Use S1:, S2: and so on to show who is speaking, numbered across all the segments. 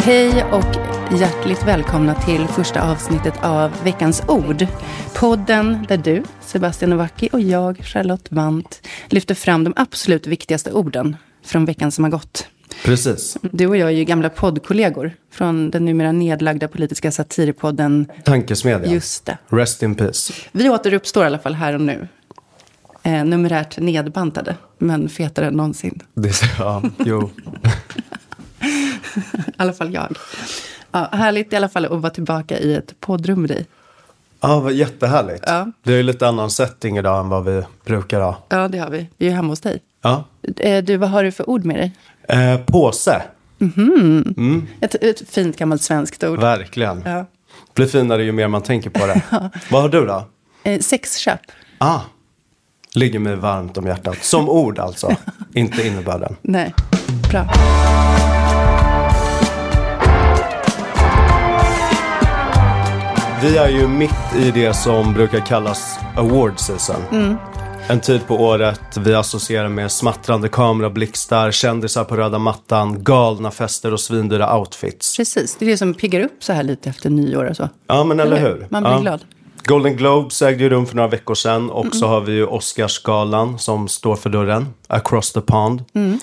S1: Hej och hjärtligt välkomna till första avsnittet av Veckans ord. Podden där du, Sebastian Novacki och jag, Charlotte Vant, lyfter fram de absolut viktigaste orden från veckan som har gått.
S2: Precis.
S1: Du och jag är ju gamla poddkollegor från den numera nedlagda politiska satirpodden.
S2: Tankesmedjan.
S1: Just det.
S2: Rest in peace.
S1: Vi återuppstår i alla fall här och nu. Eh, numerärt nedbantade, men fetare än någonsin.
S2: Det är, ja, jo.
S1: I alla fall jag. Ja, härligt i alla fall att vara tillbaka i ett poddrum med dig.
S2: Ja, vad jättehärligt.
S1: Ja.
S2: Det är ju lite annan setting idag än vad vi brukar ha.
S1: Ja, det har vi. Vi är ju hemma hos dig.
S2: Ja.
S1: Eh, Du, vad har du för ord med dig?
S2: Eh, påse,
S1: Ett, ett fint gammalt svenskt ord.
S2: verkligen.
S1: Ja.
S2: Blir finare ju mer man tänker på det. vad har du då?
S1: Eh, Sexköp.
S2: Ah, ligger mig varmt om hjärtat. Som ord alltså, inte innebörden.
S1: Nej, bra.
S2: Vi är ju mitt i det som brukar kallas award season.
S1: Mm.
S2: En tid på året vi associerar med smattrande kamerablixtar, kändisar på röda mattan, galna fester och svindyra outfits.
S1: Precis, det är det som piggar upp så här lite efter nyår och så.
S2: Ja men eller
S1: Eller hur?
S2: hur?
S1: Man blir
S2: ja.
S1: glad. Mm.
S2: Golden Globes ägde ju rum för några veckor sedan och så har vi ju Oscarsgalan som står för dörren, across the pond.
S1: Mm.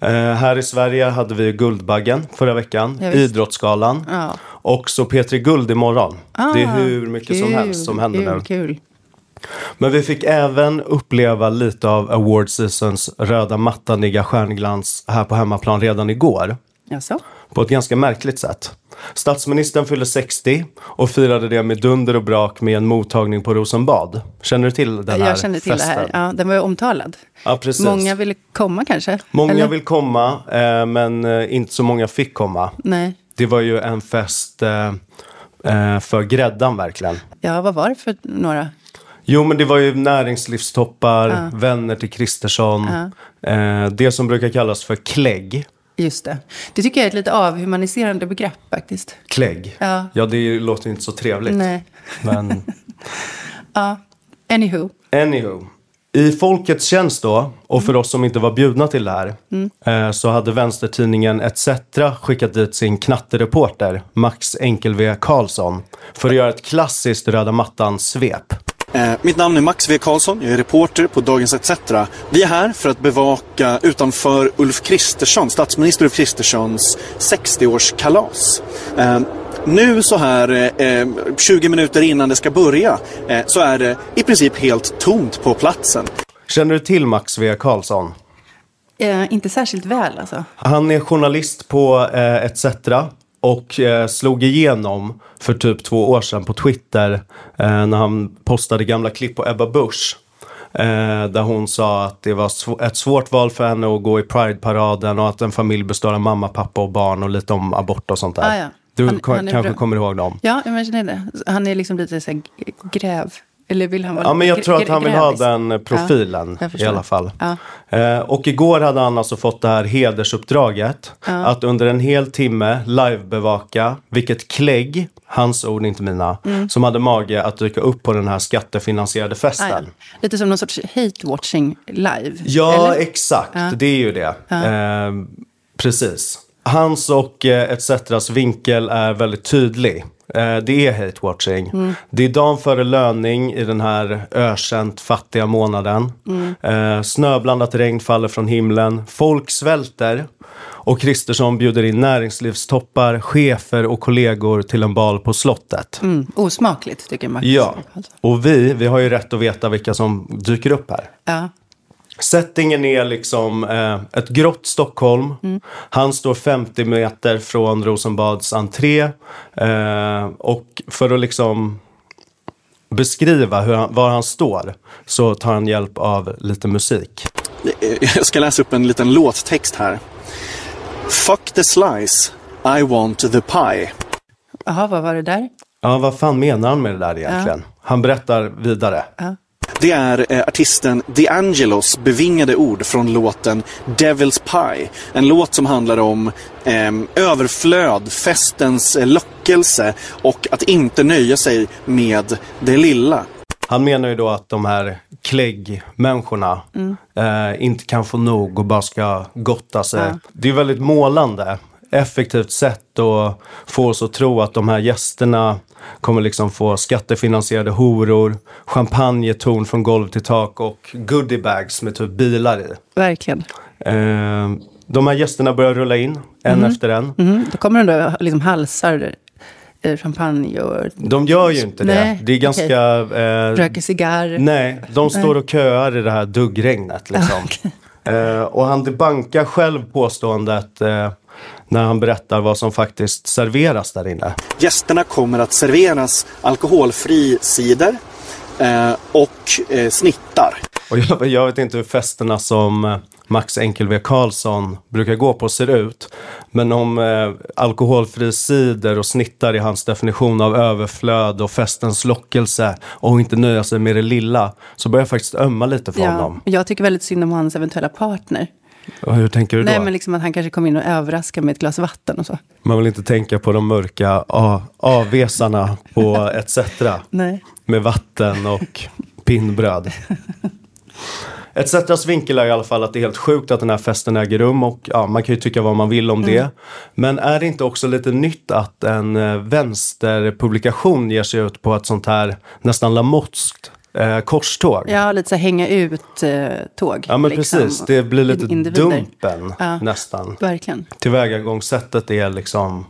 S2: Eh, här i Sverige hade vi ju Guldbaggen förra veckan,
S1: Ja, visst.
S2: Idrottsgalan
S1: Ja. Ah,
S2: och så P3 Guld imorgon. det är hur mycket som
S1: Kul,
S2: helst som händer
S1: kul,
S2: nu.
S1: Kul.
S2: Men vi fick även uppleva lite av award seasons röda mattaniga stjärnglans här på hemmaplan redan igår.
S1: Jaså?
S2: På ett ganska märkligt sätt. Statsministern fyllde 60 och firade det med dunder och brak med en mottagning på Rosenbad. Känner du till den här
S1: Jag känner till
S2: festen?
S1: det här. Ja, den var ju omtalad.
S2: Ja, precis.
S1: Många ville komma kanske?
S2: Många
S1: Eller?
S2: vill komma, eh, men eh, inte så många fick komma.
S1: Nej.
S2: Det var ju en fest eh, eh, för gräddan verkligen.
S1: Ja, vad var det för några?
S2: Jo, men det var ju näringslivstoppar, vänner till Kristersson. Eh, det som brukar kallas för klägg.
S1: Just det. Det tycker jag är ett lite avhumaniserande begrepp faktiskt.
S2: Klägg?
S1: Ja.
S2: ja, det låter ju inte så trevligt.
S1: Nej.
S2: Men
S1: Ja, anywho.
S2: anywho. I folkets tjänst då, och
S1: Mm.
S2: för oss som inte var bjudna till det här, eh, så hade vänstertidningen ETC skickat dit sin knattereporter Max Enkel-V Karlsson för att göra ett klassiskt röda mattan-svep.
S3: Eh, Mitt namn är Max V Karlsson, jag är reporter på Dagens ETC. Vi är här för att bevaka utanför Ulf Kristersson, statsminister Ulf Kristerssons 60-årskalas. Eh, Nu så här eh, eh, 20 minuter innan det ska börja eh, så är det i princip helt tomt på platsen.
S2: Känner du till Max V Karlsson?
S1: Eh, inte särskilt väl alltså.
S2: Han är journalist på eh, ETC och eh, slog igenom för typ två år sedan på Twitter eh, när han postade gamla klipp på Ebba Busch. Eh, där hon sa att det var sv- ett svårt val för henne att gå i Pride-paraden och att en familj består av mamma, pappa och barn och lite om abort och sånt där.
S1: Ah, ja.
S2: Du
S1: Han-
S2: ko-
S1: han är
S2: kanske
S1: bra.
S2: kommer ihåg dem?
S1: Ja, jag känner det. Han är liksom lite så här g- gräv. Eller vill han vara
S2: Ja, men
S1: gr-
S2: jag tror att
S1: gr-
S2: han vill ha
S1: grävis?
S2: den eh, profilen
S1: Ja, jag förstår.
S2: i alla fall.
S1: Ja.
S2: Eh, och igår hade han alltså fått det här hedersuppdraget att under en hel timme livebevaka vilket klägg, hans ord inte mina,
S1: Mm.
S2: som hade mage att dyka upp på den här skattefinansierade
S1: Ah, ja.
S2: festen.
S1: Lite som någon sorts hate-watching live.
S2: Ja,
S1: eller?
S2: exakt. Det är ju det. Eh, precis. Hans och eh, ETCs vinkel är väldigt tydlig. Eh, det är hate-watching.
S1: Mm.
S2: Det är dagen före löning i den här ökänt fattiga månaden.
S1: Mm.
S2: Eh, snöblandat regn faller från himlen. Folk svälter. Och Kristersson bjuder in näringslivstoppar, chefer och kollegor till en bal på slottet.
S1: mm, osmakligt tycker Max.
S2: Ja,
S1: Alltså.
S2: och vi, vi har ju rätt att veta vilka som dyker upp här.
S1: ja.
S2: Settingen är liksom eh, ett grått Stockholm. Han står 50 meter från Rosenbads entré. Eh, och för att liksom beskriva hur han, var han står så tar han hjälp av lite musik.
S3: Eh, Jag ska läsa upp en liten låttext här. Fuck the slice, I want the pie.
S1: Jaha, vad var det där?
S2: Ja, vad fan menar han med det där egentligen? Han berättar vidare.
S3: Det är eh, artisten D'Angelos bevingade ord från låten Devil's Pie. En låt som handlar om eh, överflöd, festens eh, lockelse och att inte nöja sig med det lilla.
S2: Han menar ju då att de här kläggmänniskorna eh, inte kan få nog och bara ska gotta sig. Det är väldigt målande. effektivt sätt och få oss att tro att de här gästerna kommer liksom få skattefinansierade horor, champagnetorn från golv till tak och goodiebags med typ bilar i.
S1: Verkligen.
S2: Eh, de här gästerna börjar rulla in, en efter en.
S1: Mm. Då kommer de då liksom halsar eh, champagne och
S2: De gör ju inte
S1: Nej,
S2: det. Det är ganska... eh,
S1: röker cigarr.
S2: Nej, de står och köar i det här duggregnet. Liksom. Eh, och han debankar själv påståendet eh, när han berättar vad som faktiskt serveras där inne.
S3: Gästerna kommer att serveras alkoholfri cider eh, och eh, snittar.
S2: Och jag, jag vet inte hur festerna som eh, Max Enkelve Karlsson brukar gå på ser ut. Men om eh, alkoholfri cider och snittar i hans definition av överflöd och festens lockelse och inte nöja sig med det lilla så börjar jag faktiskt ömma lite för
S1: Ja,
S2: honom.
S1: jag tycker väldigt synd om hans eventuella partner.
S2: Och hur tänker du då?
S1: Nej, men liksom att han kanske kommer in och överraskar med ett glas vatten och så.
S2: Man vill inte tänka på de mörka a- avesarna på etc.
S1: Nej.
S2: Med vatten och pinnbröd. ETCs vinkel är i alla fall att det är helt sjukt att den här festen äger rum och ja, man kan ju tycka vad man vill om
S1: Mm.
S2: det. Men är det inte också lite nytt att en eh, vänsterpublikation ger sig ut på ett sånt här nästan lamotskt eh, korståg?
S1: Ja, lite så här hänga ut-tåg. liksom,
S2: Ja, men precis, det blir lite Dumpen
S1: Ja.
S2: nästan.
S1: Verkligen.
S2: Tillvägagångssättet är liksom,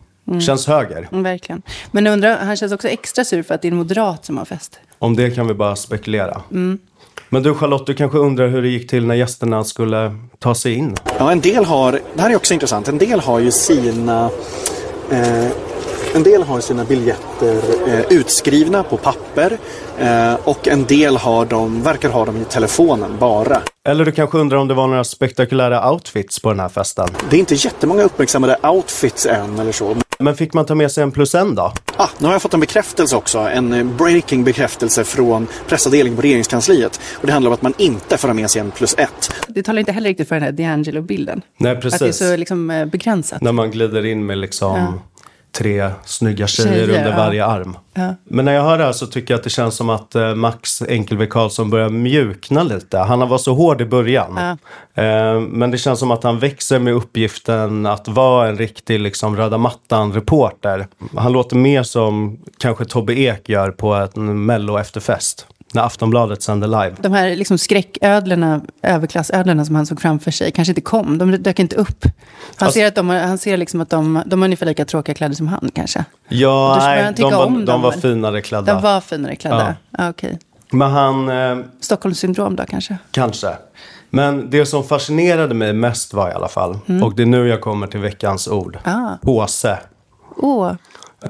S2: känns höger.
S1: Mm, Verkligen. Men jag undrar, han känns också extra sur för att det är en moderat som har fest.
S2: Om det kan vi bara spekulera.
S1: Mm.
S2: Men du Charlotte, du kanske undrar hur det gick till när gästerna skulle ta sig in?
S3: Ja, en del har, det här är också intressant, en del har ju sina eh, en del har sina biljetter eh, utskrivna på papper eh, och en del har dem, verkar ha dem i telefonen bara.
S2: Eller du kanske undrar om det var några spektakulära outfits på den här festen?
S3: Det är inte jättemånga uppmärksammade outfits än eller så.
S2: Men fick man ta med sig en plus en då?
S3: Ah, nu har jag fått en bekräftelse också, en eh, breaking bekräftelse från pressavdelningen på regeringskansliet. Och det handlar om att man inte får ha med sig en plus ett.
S1: Det talar inte heller riktigt för den här D'Angelo-bilden.
S2: Nej,
S1: Att det är
S2: precis.
S1: så liksom, eh, begränsat.
S2: När man glider in med liksom tre snygga tjejer,
S1: Tjejer,
S2: under
S1: ja.
S2: varje arm. Men när jag hör det här så tycker jag att det känns som att eh, Max Enkelve Karlsson börjar mjukna lite. Han var så hård i början. Eh, men det känns som att han växer med uppgiften att vara en riktig liksom, röda mattan-reporter. Han låter mer som kanske Tobbe Ek gör på en mello-efterfest. När Aftonbladet sänder live.
S1: De här liksom skräcködlorna, överklassödlorna som han såg framför sig kanske inte kom. De dök inte upp. Han
S2: Alltså-
S1: ser, att de, har- han ser liksom att de, de har ungefär lika tråkiga kläder som han kanske.
S2: Ja,
S1: Då skulle
S2: nej,
S1: han tycka
S2: de var,
S1: om
S2: de
S1: dem,
S2: var
S1: väl?
S2: finare klädda.
S1: De var finare klädda. Ja. okej.
S2: Men han... Eh,
S1: Stockholmssyndrom då kanske?
S2: Kanske. Men det som fascinerade mig mest var i alla fall, och det är nu jag kommer till veckans ord,
S1: Ah.
S2: påse.
S1: Åh,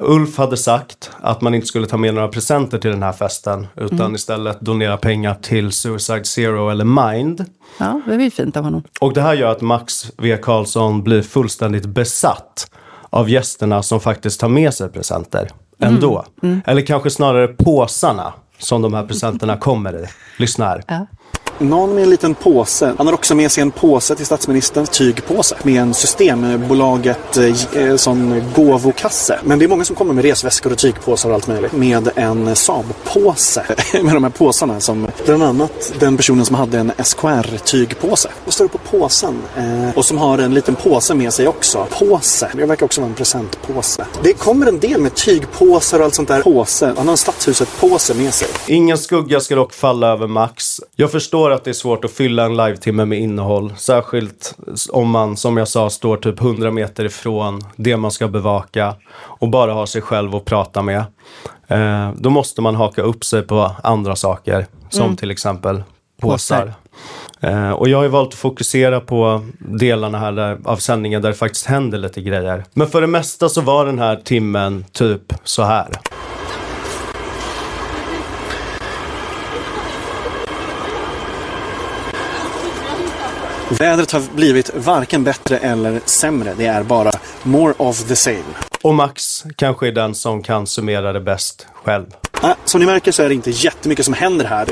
S2: Ulf hade sagt att man inte skulle ta med några presenter till den här festen utan istället donera pengar till Suicide Zero eller Mind.
S1: ja, det var ju fint av honom.
S2: Och det här gör att Max V Karlsson blir fullständigt besatt av gästerna som faktiskt tar med sig presenter ändå. Eller kanske snarare påsarna som de här presenterna kommer i. Lyssna här.
S1: Ja.
S3: Någon med en liten påse. Han har också med sig en påse till statsministerns tygpåse med en Systembolaget eh, eh, sån gåvokasse. Men det är många som kommer med resväskor och tygpåsar och allt möjligt. Med en Saab-påse. med de här påsarna som bland annat den personen som hade en SKR-tygpåse. Vad står det på påsen? Eh, och som har en liten påse med sig också. Påse. Det verkar också vara en presentpåse. Det kommer en del med tygpåsar och allt sånt där. Påse. Han har en Stadshuset-påse med sig.
S2: Ingen skugga ska dock falla över Max. Jag förstår att det är svårt att fylla en livetimme med innehåll. Särskilt om man, som jag sa, står typ 100 meter ifrån det man ska bevaka och bara har sig själv att prata med. Eh, då måste man haka upp sig på andra saker, som till exempel påsar. Eh, och jag har ju valt att fokusera på delarna här där, av sändningen där det faktiskt händer lite grejer. Men för det mesta så var den här timmen typ så här.
S3: Vädret har blivit varken bättre eller sämre. Det är bara more of the same.
S2: Och Max kanske är den som kan summera det bäst själv.
S3: Äh, som ni märker så är det inte jättemycket som händer här.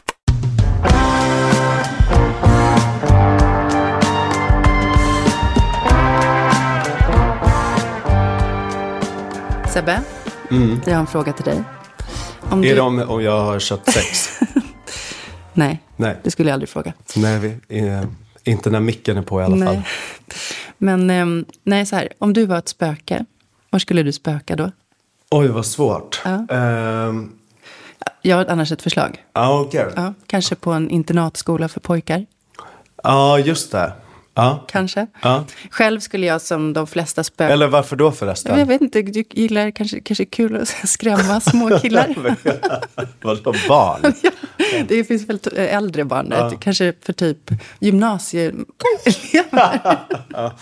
S1: Sebbe, jag har en fråga till dig. Om
S2: Mm. Är
S1: du...
S2: det om, om jag har köpt sex?
S1: Nej,
S2: Nej.
S1: det skulle jag aldrig fråga.
S2: Nej, vi, eh, inte när micken är på i alla fall.
S1: Nej. Men eh, nej, så här, om du var ett spöke, var skulle du spöka då?
S2: Oj, vad svårt.
S1: Ja.
S2: Ehm,
S1: Jag har annars ett förslag.
S2: Ja, okej.
S1: Ja, kanske på en internatskola för pojkar.
S2: Ja, just det. Ja.
S1: Kanske.
S2: Ja.
S1: Själv skulle jag som de flesta spöken...
S2: Eller varför då
S1: Ja, men Jag
S2: förresten?
S1: vet inte, du gillar kanske, kanske är kul att skrämma små killar.
S2: Vadå barn?
S1: Ja, det finns väl t- äldre barn där, kanske för typ gymnasieelever.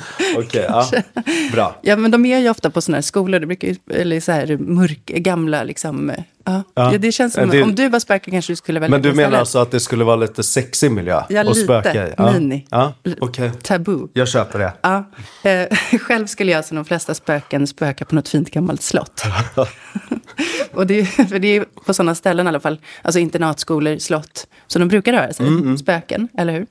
S2: Okej, ja. Bra.
S1: Ja, men de är ju ofta på sådana här skolor, det brukar ju, eller så här mörk, gamla liksom. eh, Ja. Ja. det känns som,
S2: Eh, det-
S1: om du var spöke kanske du skulle välja
S2: Men du
S1: det
S2: menar
S1: istället.
S2: alltså att det skulle vara lite sexig miljö?
S1: Ja,
S2: och
S1: lite.
S2: spöka i?
S1: Mini.
S2: Ja, okej.
S1: Tabu.
S2: Jag köper det.
S1: Ja. Eh, själv skulle jag som de flesta spöken spöka på något fint gammalt slott. och det, är- för det är på sådana ställen i alla fall, alltså internatskolor, slott, så de brukar röra sig, spöken, eller hur?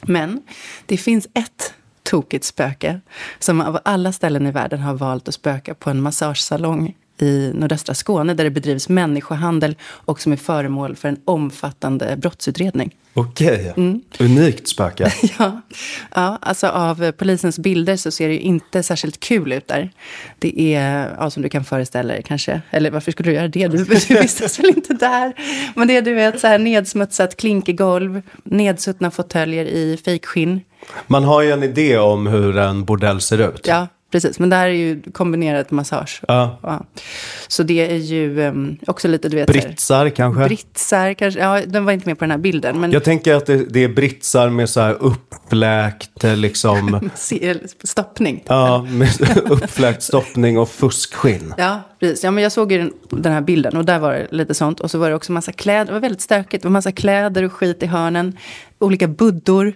S1: Men det finns ett tokigt spöke som av alla ställen i världen har valt att spöka på en massagesalong i nordöstra Skåne där det bedrivs människohandel och som är föremål för en omfattande brottsutredning.
S2: Okej.
S1: Mm.
S2: Unikt spöke.
S1: Ja, ja alltså av eh, polisens bilder så ser det ju inte särskilt kul ut där. Det är, ja, som du kan föreställa dig kanske, eller varför skulle du göra det? Du, du vistas väl inte där? Men det är du vet, så här nedsmutsat klinkergolv, nedsuttna fåtöljer i fejkskinn.
S2: Man har ju en idé om hur en bordell ser ut.
S1: Ja, precis. Men där är ju kombinerat massage.
S2: Ja.
S1: Så det är ju ehm, också lite, du vet... så här-
S2: Britsar kanske?
S1: Britsar kanske. Ja, de var inte med på den här bilden. Men
S2: Jag tänker att det, det är britsar med så här uppfläkt eh, liksom.
S1: se- stoppning.
S2: ja, med uppfläkt stoppning och fuskskinn.
S1: Ja, precis. Ja, men jag såg ju den, den här bilden och där var det lite sånt. Och så var det också massa kläder. Det var väldigt stökigt. Det var massa kläder och skit i hörnen. Olika buddor.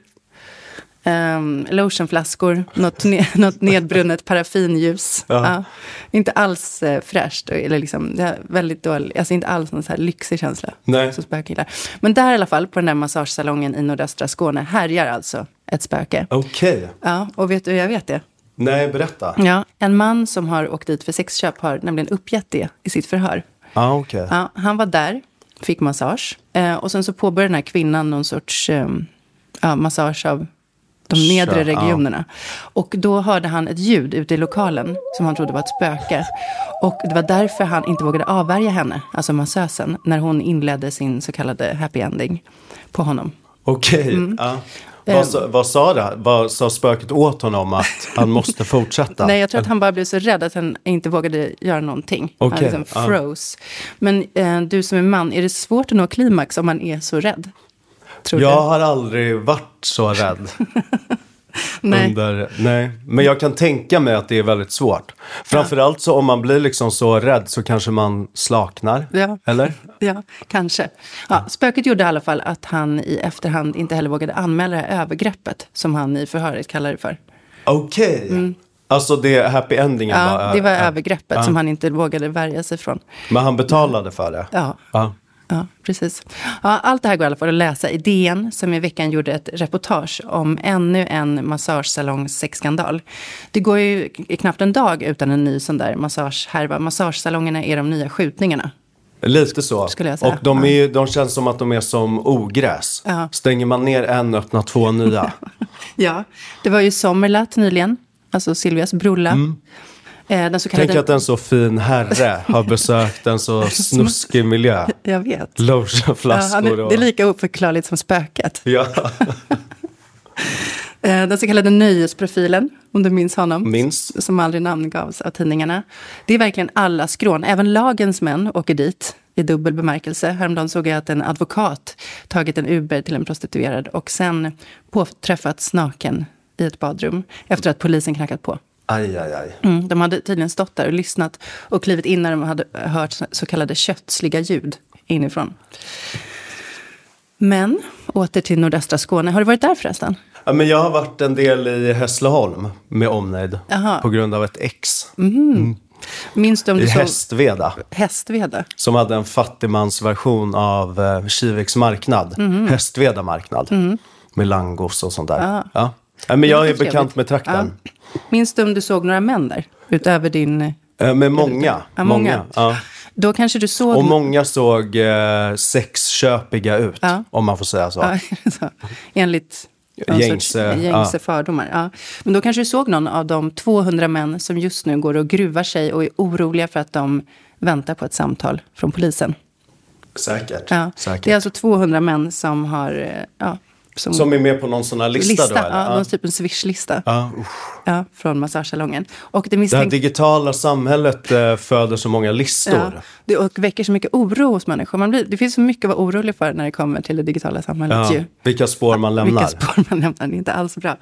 S1: Um, lotionflaskor. Något, ne- något nedbrunnet paraffinljus. Ja. inte alls eh, fräscht. och- Eller liksom, det är väldigt dålig. Alltså inte alls någon så här lyxig känsla.
S2: Nej.
S1: Som spöken gillar. Men där i alla fall, på den där massagesalongen i nordöstra Skåne, härjar alltså ett spöke.
S2: Okej.
S1: Ja, och vet du hur jag vet det?
S2: Nej, berätta.
S1: Ja, en man som har åkt dit för sexköp har nämligen uppgett det i sitt förhör.
S2: Ja, okej.
S1: Ja, han var där, fick massage. Eh, och sen så påbörjade den här kvinnan någon sorts eh, ja, massage av de nedre
S2: Kör, ja.
S1: regionerna. Och då hörde han ett ljud ute i lokalen som han trodde var ett spöke. Och det var därför han inte vågade avvärja henne, alltså massösen, när hon inledde sin så kallade happy ending på honom.
S2: Okej.
S1: Mm.
S2: Ja.
S1: Ehm.
S2: Vad, sa- vad sa det? Vad sa spöket åt honom att han måste fortsätta?
S1: Nej, jag tror att han bara blev så rädd att han inte vågade göra någonting.
S2: Okej,
S1: han liksom
S2: ja.
S1: froze. Men eh, du som är man, är det svårt att nå klimax om man är så rädd? Tror
S2: Jag har aldrig varit så rädd.
S1: du? Nej.
S2: Under, nej. Men jag kan tänka mig att det är väldigt svårt. Framförallt så om man blir liksom så rädd så kanske man slaknar.
S1: Ja.
S2: Eller?
S1: Ja, kanske. Ja, spöket gjorde i alla fall att han i efterhand inte heller vågade anmäla det här övergreppet som han i förhöret kallar det för.
S2: Okej. Alltså det happy endingen
S1: Mm. Ja, det var
S2: äh,
S1: övergreppet som han inte vågade värja sig från.
S2: Men han betalade för det?
S1: Ja.
S2: ja.
S1: Ja, precis. Ja, allt det här går i alla fall att läsa i DN som i veckan gjorde ett reportage om ännu en massagesalongssexskandal. Det går ju k- knappt en dag utan en ny sån där massagehärva. Massagesalongerna är de nya skjutningarna.
S2: Lite så.
S1: Skulle jag säga.
S2: Och de, är, ju- de känns som att de är som ogräs.
S1: Ja.
S2: Stänger man ner en öppnar två nya.
S1: Ja, det var ju Sommerlath nyligen, alltså Silvias brulla. Eh, Den så kallade...
S2: Tänk att en så fin herre har besökt en så snuskig miljö.
S1: Jag vet. Ja, han
S2: Lotionflaskor
S1: är,
S2: och...
S1: det är lika oförklarligt som spöket.
S2: Ja,
S1: Eh, Den så kallade nöjesprofilen, om du minns honom.
S2: Minns.
S1: Som aldrig namngavs av tidningarna. Det är verkligen alla skrån. Även lagens män åker dit i dubbel bemärkelse. Häromdagen såg jag att en advokat tagit en Uber till en prostituerad och sen påträffats naken i ett badrum efter att polisen knackat på.
S2: aj, aj, aj.
S1: Mm, de hade tydligen stått där och lyssnat och klivit in när de hade hört så kallade köttsliga ljud inifrån. Men åter till nordöstra Skåne. Har du varit där förresten?
S2: Ja, men jag har varit en del i Hässleholm med omnejd.
S1: Jaha.
S2: På grund av ett ex
S1: Minns du om
S2: i
S1: du såg
S2: Hästveda.
S1: Hästveda?
S2: Som hade en fattigmansversion av eh, Kiviks marknad.
S1: Mhm.
S2: Hästveda marknad. Med langos och sånt där. Ja. Ja, men jag är
S1: låter
S2: bekant
S1: trevligt.
S2: med trakten.
S1: Ja. Minns du om du såg några män där? Utöver din... Ja,
S2: Eh, Med många. många. Ja.
S1: Då kanske du såg...
S2: Och många såg eh, sexköpiga ut.
S1: Ja.
S2: Om man får säga så.
S1: Ja, så, enligt Någon sorts
S2: Gängse,
S1: gängse
S2: ja.
S1: fördomar. Ja. Men då kanske du såg någon av de 200 män som just nu går och gruvar sig och är oroliga för att de väntar på ett samtal från polisen.
S2: Säkert.
S1: Ja.
S2: Säkert.
S1: Det är alltså 200 män som har... eh, Ja,
S2: Som är med på någon sån här lista,
S1: lista,
S2: då? Eller?
S1: ja,
S2: Ja.
S1: någon typ en swish-lista
S2: Ja,
S1: ja, från massagesalongen. Och det
S2: Det här
S1: misstänks...
S2: digitala samhället eh, föder så många listor.
S1: Ja, det och väcker så mycket oro hos människor. Man blir, det finns så mycket att vara orolig för när det kommer till det digitala samhället.
S2: Ja.
S1: Ju.
S2: Vilka spår man lämnar.
S1: Vilka spår man lämnar, det är inte alls bra.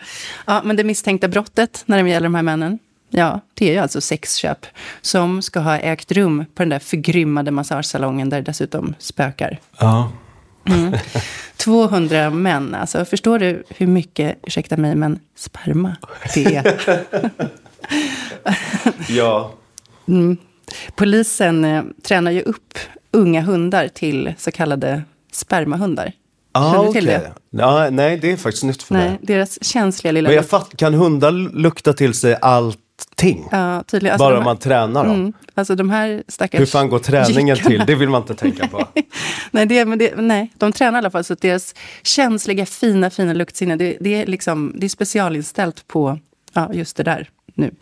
S1: Ja, men det misstänkta brottet när det gäller de här männen, ja, det är ju alltså sexköp som ska ha ägt rum på den där förgrymmade massagesalongen där det dessutom spökar.
S2: Ja.
S1: 200 män, alltså förstår du hur mycket, ursäkta mig, men sperma det är?
S2: ja.
S1: Polisen eh, tränar ju upp unga hundar till så kallade spermahundar.
S2: Ah,
S1: Känner du
S2: okej.
S1: till det?
S2: Ja, nej, det är faktiskt nytt för
S1: Nej,
S2: mig.
S1: deras känsliga lilla...
S2: Men jag fatt, kan hundar lukta till sig allting?
S1: Ja, tydligen. Alltså,
S2: bara
S1: de
S2: man
S1: här,
S2: tränar dem?
S1: mm, alltså de här stackars...
S2: Hur fan går träningen
S1: jyckarna.
S2: till? Det vill man inte tänka på.
S1: nej, det, men det, nej, de tränar i alla fall så att deras känsliga, fina, fina luktsinne, det, det, är, liksom, det är specialinställt på ja, just det där nu.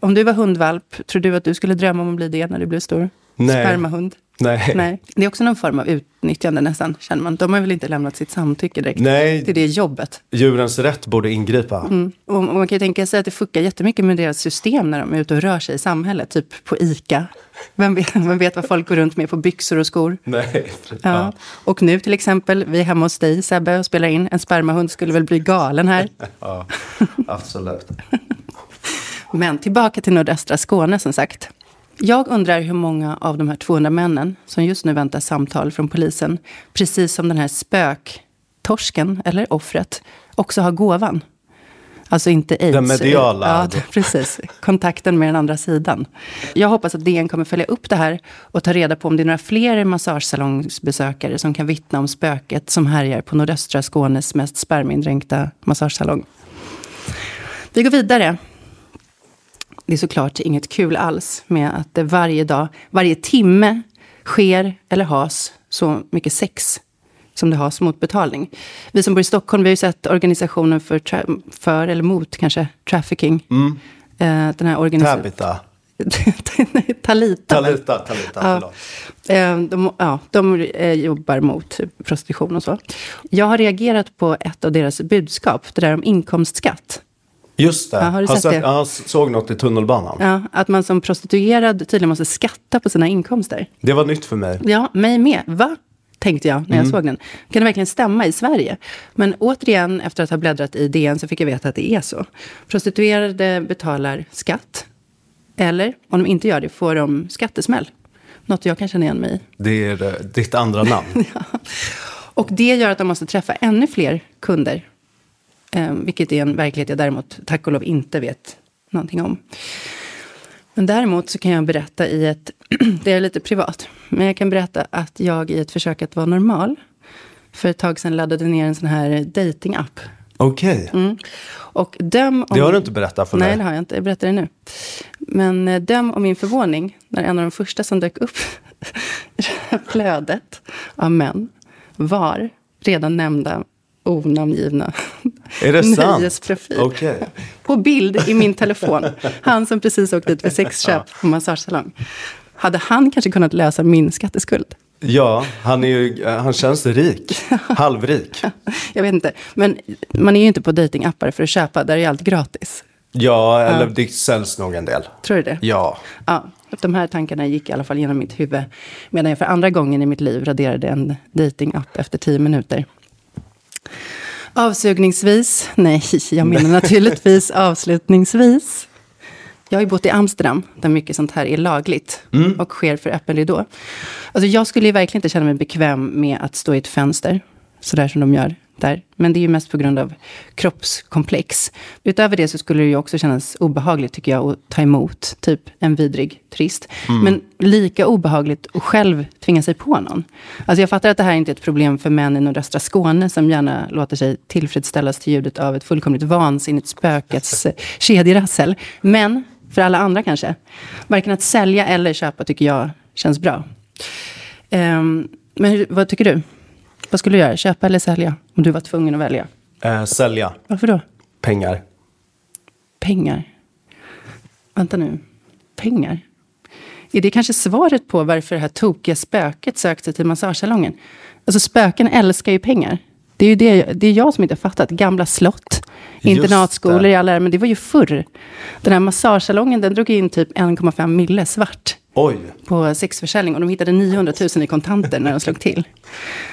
S1: Om du var hundvalp, tror du att du skulle drömma om att bli det när du blev stor?
S2: Nej.
S1: Spermahund?
S2: Nej. Nej.
S1: Nej. Det är också någon form av utnyttjande nästan, känner man. De har väl inte lämnat sitt samtycke direkt till det jobbet.
S2: djurens rätt borde ingripa.
S1: Och och man kan ju tänka sig att det fuckar jättemycket med deras system när de är ute och rör sig i samhället, typ på ICA. Vem vet, vem vet vad folk går runt med på byxor och skor?
S2: Nej.
S1: Ja.
S2: Ja.
S1: Och nu till exempel, vi är hemma hos dig Sebbe och spelar in. En spermahund skulle väl bli galen här.
S2: ja, absolut.
S1: Men tillbaka till nordöstra Skåne som sagt. Jag undrar hur många av de här 200 männen som just nu väntar samtal från polisen, precis som den här spöktorsken, eller offret, också har gåvan. Alltså inte aids.
S2: Den mediala.
S1: Ja, d- precis. Kontakten med den andra sidan. Jag hoppas att DN kommer följa upp det här och ta reda på om det är några fler massagesalongsbesökare som kan vittna om spöket som härjar på nordöstra Skånes mest spermindränkta massagesalong. Vi går vidare. Det är såklart inget kul alls med att det varje dag, varje timme sker eller has så mycket sex som det has mot betalning. Vi som bor i Stockholm, vi har ju sett organisationen för, tra- för eller mot kanske, trafficking. Eh, den här organisationen...
S2: Tabita.
S1: Talita.
S2: Talita, Talita,
S1: Ja.
S2: förlåt.
S1: Eh, De, ja, de eh, jobbar mot prostitution och så. Jag har reagerat på ett av deras budskap, det där om inkomstskatt.
S2: Just det. Alltså,
S1: Ja, har du sett det?
S2: Ja, såg något i tunnelbanan.
S1: Ja, att man som prostituerad tydligen måste skatta på sina inkomster.
S2: Det var nytt för mig.
S1: Ja, mig med. Va? Tänkte jag när jag såg den. Kan det verkligen stämma i Sverige? Men återigen, efter att ha bläddrat i DN så fick jag veta att det är så. Prostituerade betalar skatt. Eller, om de inte gör det, får de skattesmäll. Något jag kan känna igen mig i.
S2: Det är eh, ditt andra namn.
S1: Och det gör att de måste träffa ännu fler kunder. Eh, vilket är en verklighet jag däremot, tack och lov, inte vet någonting om. Men däremot så kan jag berätta i ett, det är lite privat, men jag kan berätta att jag i ett försök att vara normal, för ett tag sedan laddade ner en sån här dating-app.
S2: Okej.
S1: Mm. Och döm om...
S2: Det har du inte berättat för
S1: Nej,
S2: mig.
S1: det har jag inte. Jag berättar det nu. Men eh, döm om min förvåning när en av de första som dök upp i det här flödet av män var redan nämnda onamngivna
S2: Är det sant?
S1: nöjesprofil.
S2: Okej.
S1: På bild i min telefon. Han som precis åkt dit för sexköp på massagesalong. Hade han kanske kunnat lösa min skatteskuld?
S2: Ja, han, är ju, eh, han känns rik. Halvrik.
S1: Jag vet inte. Men man är ju inte på datingappar för att köpa. Där är ju allt gratis.
S2: Ja, eller det säljs nog en del.
S1: Tror du det?
S2: Ja.
S1: Ja, de här tankarna gick i alla fall genom mitt huvud. Medan jag för andra gången i mitt liv raderade en datingapp efter tio minuter. Avsugningsvis, nej, jag menar naturligtvis avslutningsvis. Jag har ju bott i Amsterdam, där mycket sånt här är lagligt och sker för öppen ridå. Alltså, jag skulle ju verkligen inte känna mig bekväm med att stå i ett fönster, sådär som de gör där. Men det är ju mest på grund av kroppskomplex. Utöver det så skulle det ju också kännas obehagligt, tycker jag, att ta emot typ en vidrig turist. Men lika obehagligt att själv tvinga sig på någon. Alltså jag fattar att det här inte är ett problem för män i nordöstra Skåne, som gärna låter sig tillfredsställas till ljudet av ett fullkomligt vansinnigt spökets eh, kedjerassel. Men för alla andra kanske. Varken att sälja eller köpa tycker jag känns bra. Ehm, men hur- vad tycker du? Vad skulle du göra? Köpa eller sälja? Om du var tvungen att välja.
S2: Eh, sälja
S1: Varför då?
S2: pengar.
S1: Pengar. Vänta nu. Pengar? Är det kanske svaret på varför det här tokiga spöket sökte sig till massagesalongen? Alltså spöken älskar ju pengar. Det är ju det, det är jag som inte har fattat. Gamla slott, internatskolor
S2: det.
S1: i alla ära, men det var ju förr. Den här massagesalongen, den drog in typ 1,5 mille svart
S2: Oj,
S1: på sexförsäljning och de hittade 900 000 i kontanter när de slog till.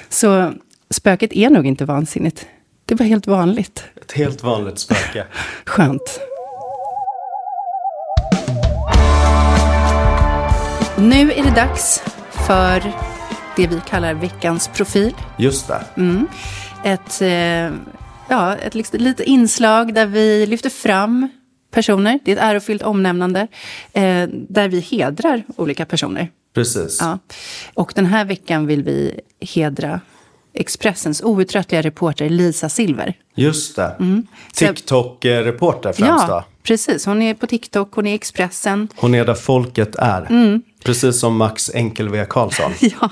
S1: Så spöket är nog inte vansinnigt. Det var helt vanligt.
S2: ett helt vanligt spöke.
S1: Skönt. Och Nu är det dags för det vi kallar veckans profil.
S2: Just det.
S1: Mm. Ett, eh, ja, ett litet litet inslag där vi lyfter fram personer. Det är ett ärofyllt omnämnande eh, där vi hedrar olika personer.
S2: Precis.
S1: Ja. Och den här veckan vill vi hedra Expressens outtröttliga reporter Lisa Silver.
S2: Just det.
S1: Mm. Så-
S2: TikTok-reporter främst då.
S1: Ja, precis. Hon är på TikTok, hon är i Expressen.
S2: Hon är där folket är.
S1: Mm.
S2: Precis som Max Enkel V Karlsson.
S1: Ja.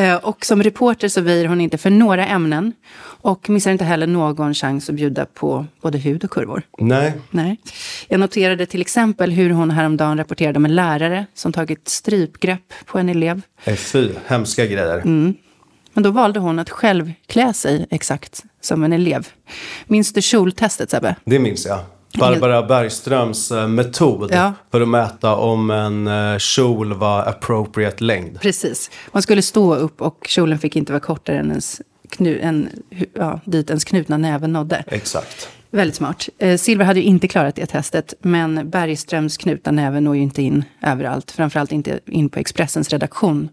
S1: Eh, Och som reporter så väjer hon inte för några ämnen och missar inte heller någon chans att bjuda på både hud och kurvor.
S2: Nej,
S1: Nej. Jag noterade till exempel hur hon häromdagen rapporterade om en lärare som tagit strypgrepp på en elev.
S2: eh, fy, hemska grejer.
S1: Mm. Men då valde hon att själv klä sig exakt som en elev. Minns du kjoltestet, Sebbe?
S2: Det minns jag. Barbara Bergströms eh, metod
S1: Ja.
S2: för att mäta om en eh, kjol var appropriate längd.
S1: Precis. Man skulle stå upp och kjolen fick inte vara kortare än ens knu, en, ja, dit ens knutna näven nådde.
S2: Exakt.
S1: Väldigt smart. Eh, Silver hade ju inte klarat det testet, men Bergströms knutna näve når ju inte in överallt. Framförallt inte in på Expressens redaktion.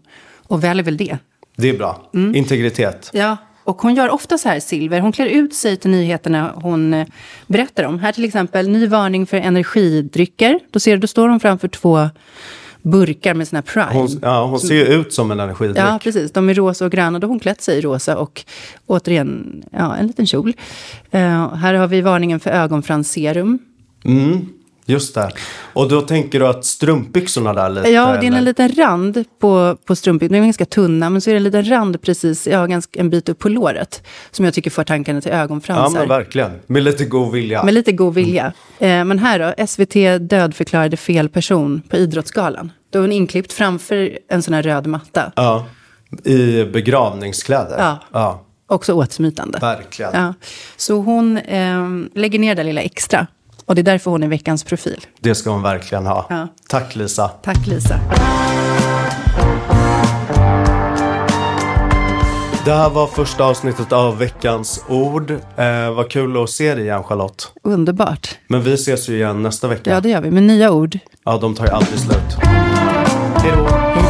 S1: Och väl är väl det.
S2: Det är bra.
S1: Mm.
S2: Integritet.
S1: Ja. Och hon gör ofta så här, Silver. Hon klär ut sig till nyheterna hon eh, berättar om. Här till exempel, ny varning för energidrycker. Då, ser, du- då står hon framför två burkar med sina Prime.
S2: Hon, ja, hon ser ju ut som en energidryck.
S1: Ja, precis. De är rosa och gröna. Då har hon klätt sig i rosa och återigen ja, en liten kjol. Eh, här har vi varningen för ögonfransserum.
S2: Just det. Och då tänker du att strumpbyxorna där lite?
S1: Ja, det är
S2: eller?
S1: en liten rand på, på strumpbyxorna. De är ganska tunna, men så är det en liten rand precis, ja, ganska, en bit upp på låret. Som jag tycker för tankarna till
S2: Ja,
S1: ögonfransar.
S2: men verkligen. Med lite god vilja.
S1: Med lite god vilja. Eh, men här då, SVT dödförklarade fel person på Idrottsgalan. Då är hon inklippt framför en sån här röd matta.
S2: Ja. I begravningskläder.
S1: Ja. Också åtsmitande.
S2: Verkligen.
S1: Ja. Så hon eh, lägger ner det lilla extra. Och det är därför hon är veckans profil.
S2: Det ska hon verkligen ha.
S1: Ja.
S2: Tack Lisa.
S1: Tack Lisa.
S2: Det här var första avsnittet av veckans ord. Eh, vad kul att se dig igen Charlotte.
S1: Underbart.
S2: Men vi ses ju igen nästa vecka.
S1: Ja, det gör vi. Med nya ord.
S2: ja de tar ju alltid slut. Hej då.
S1: Hej då.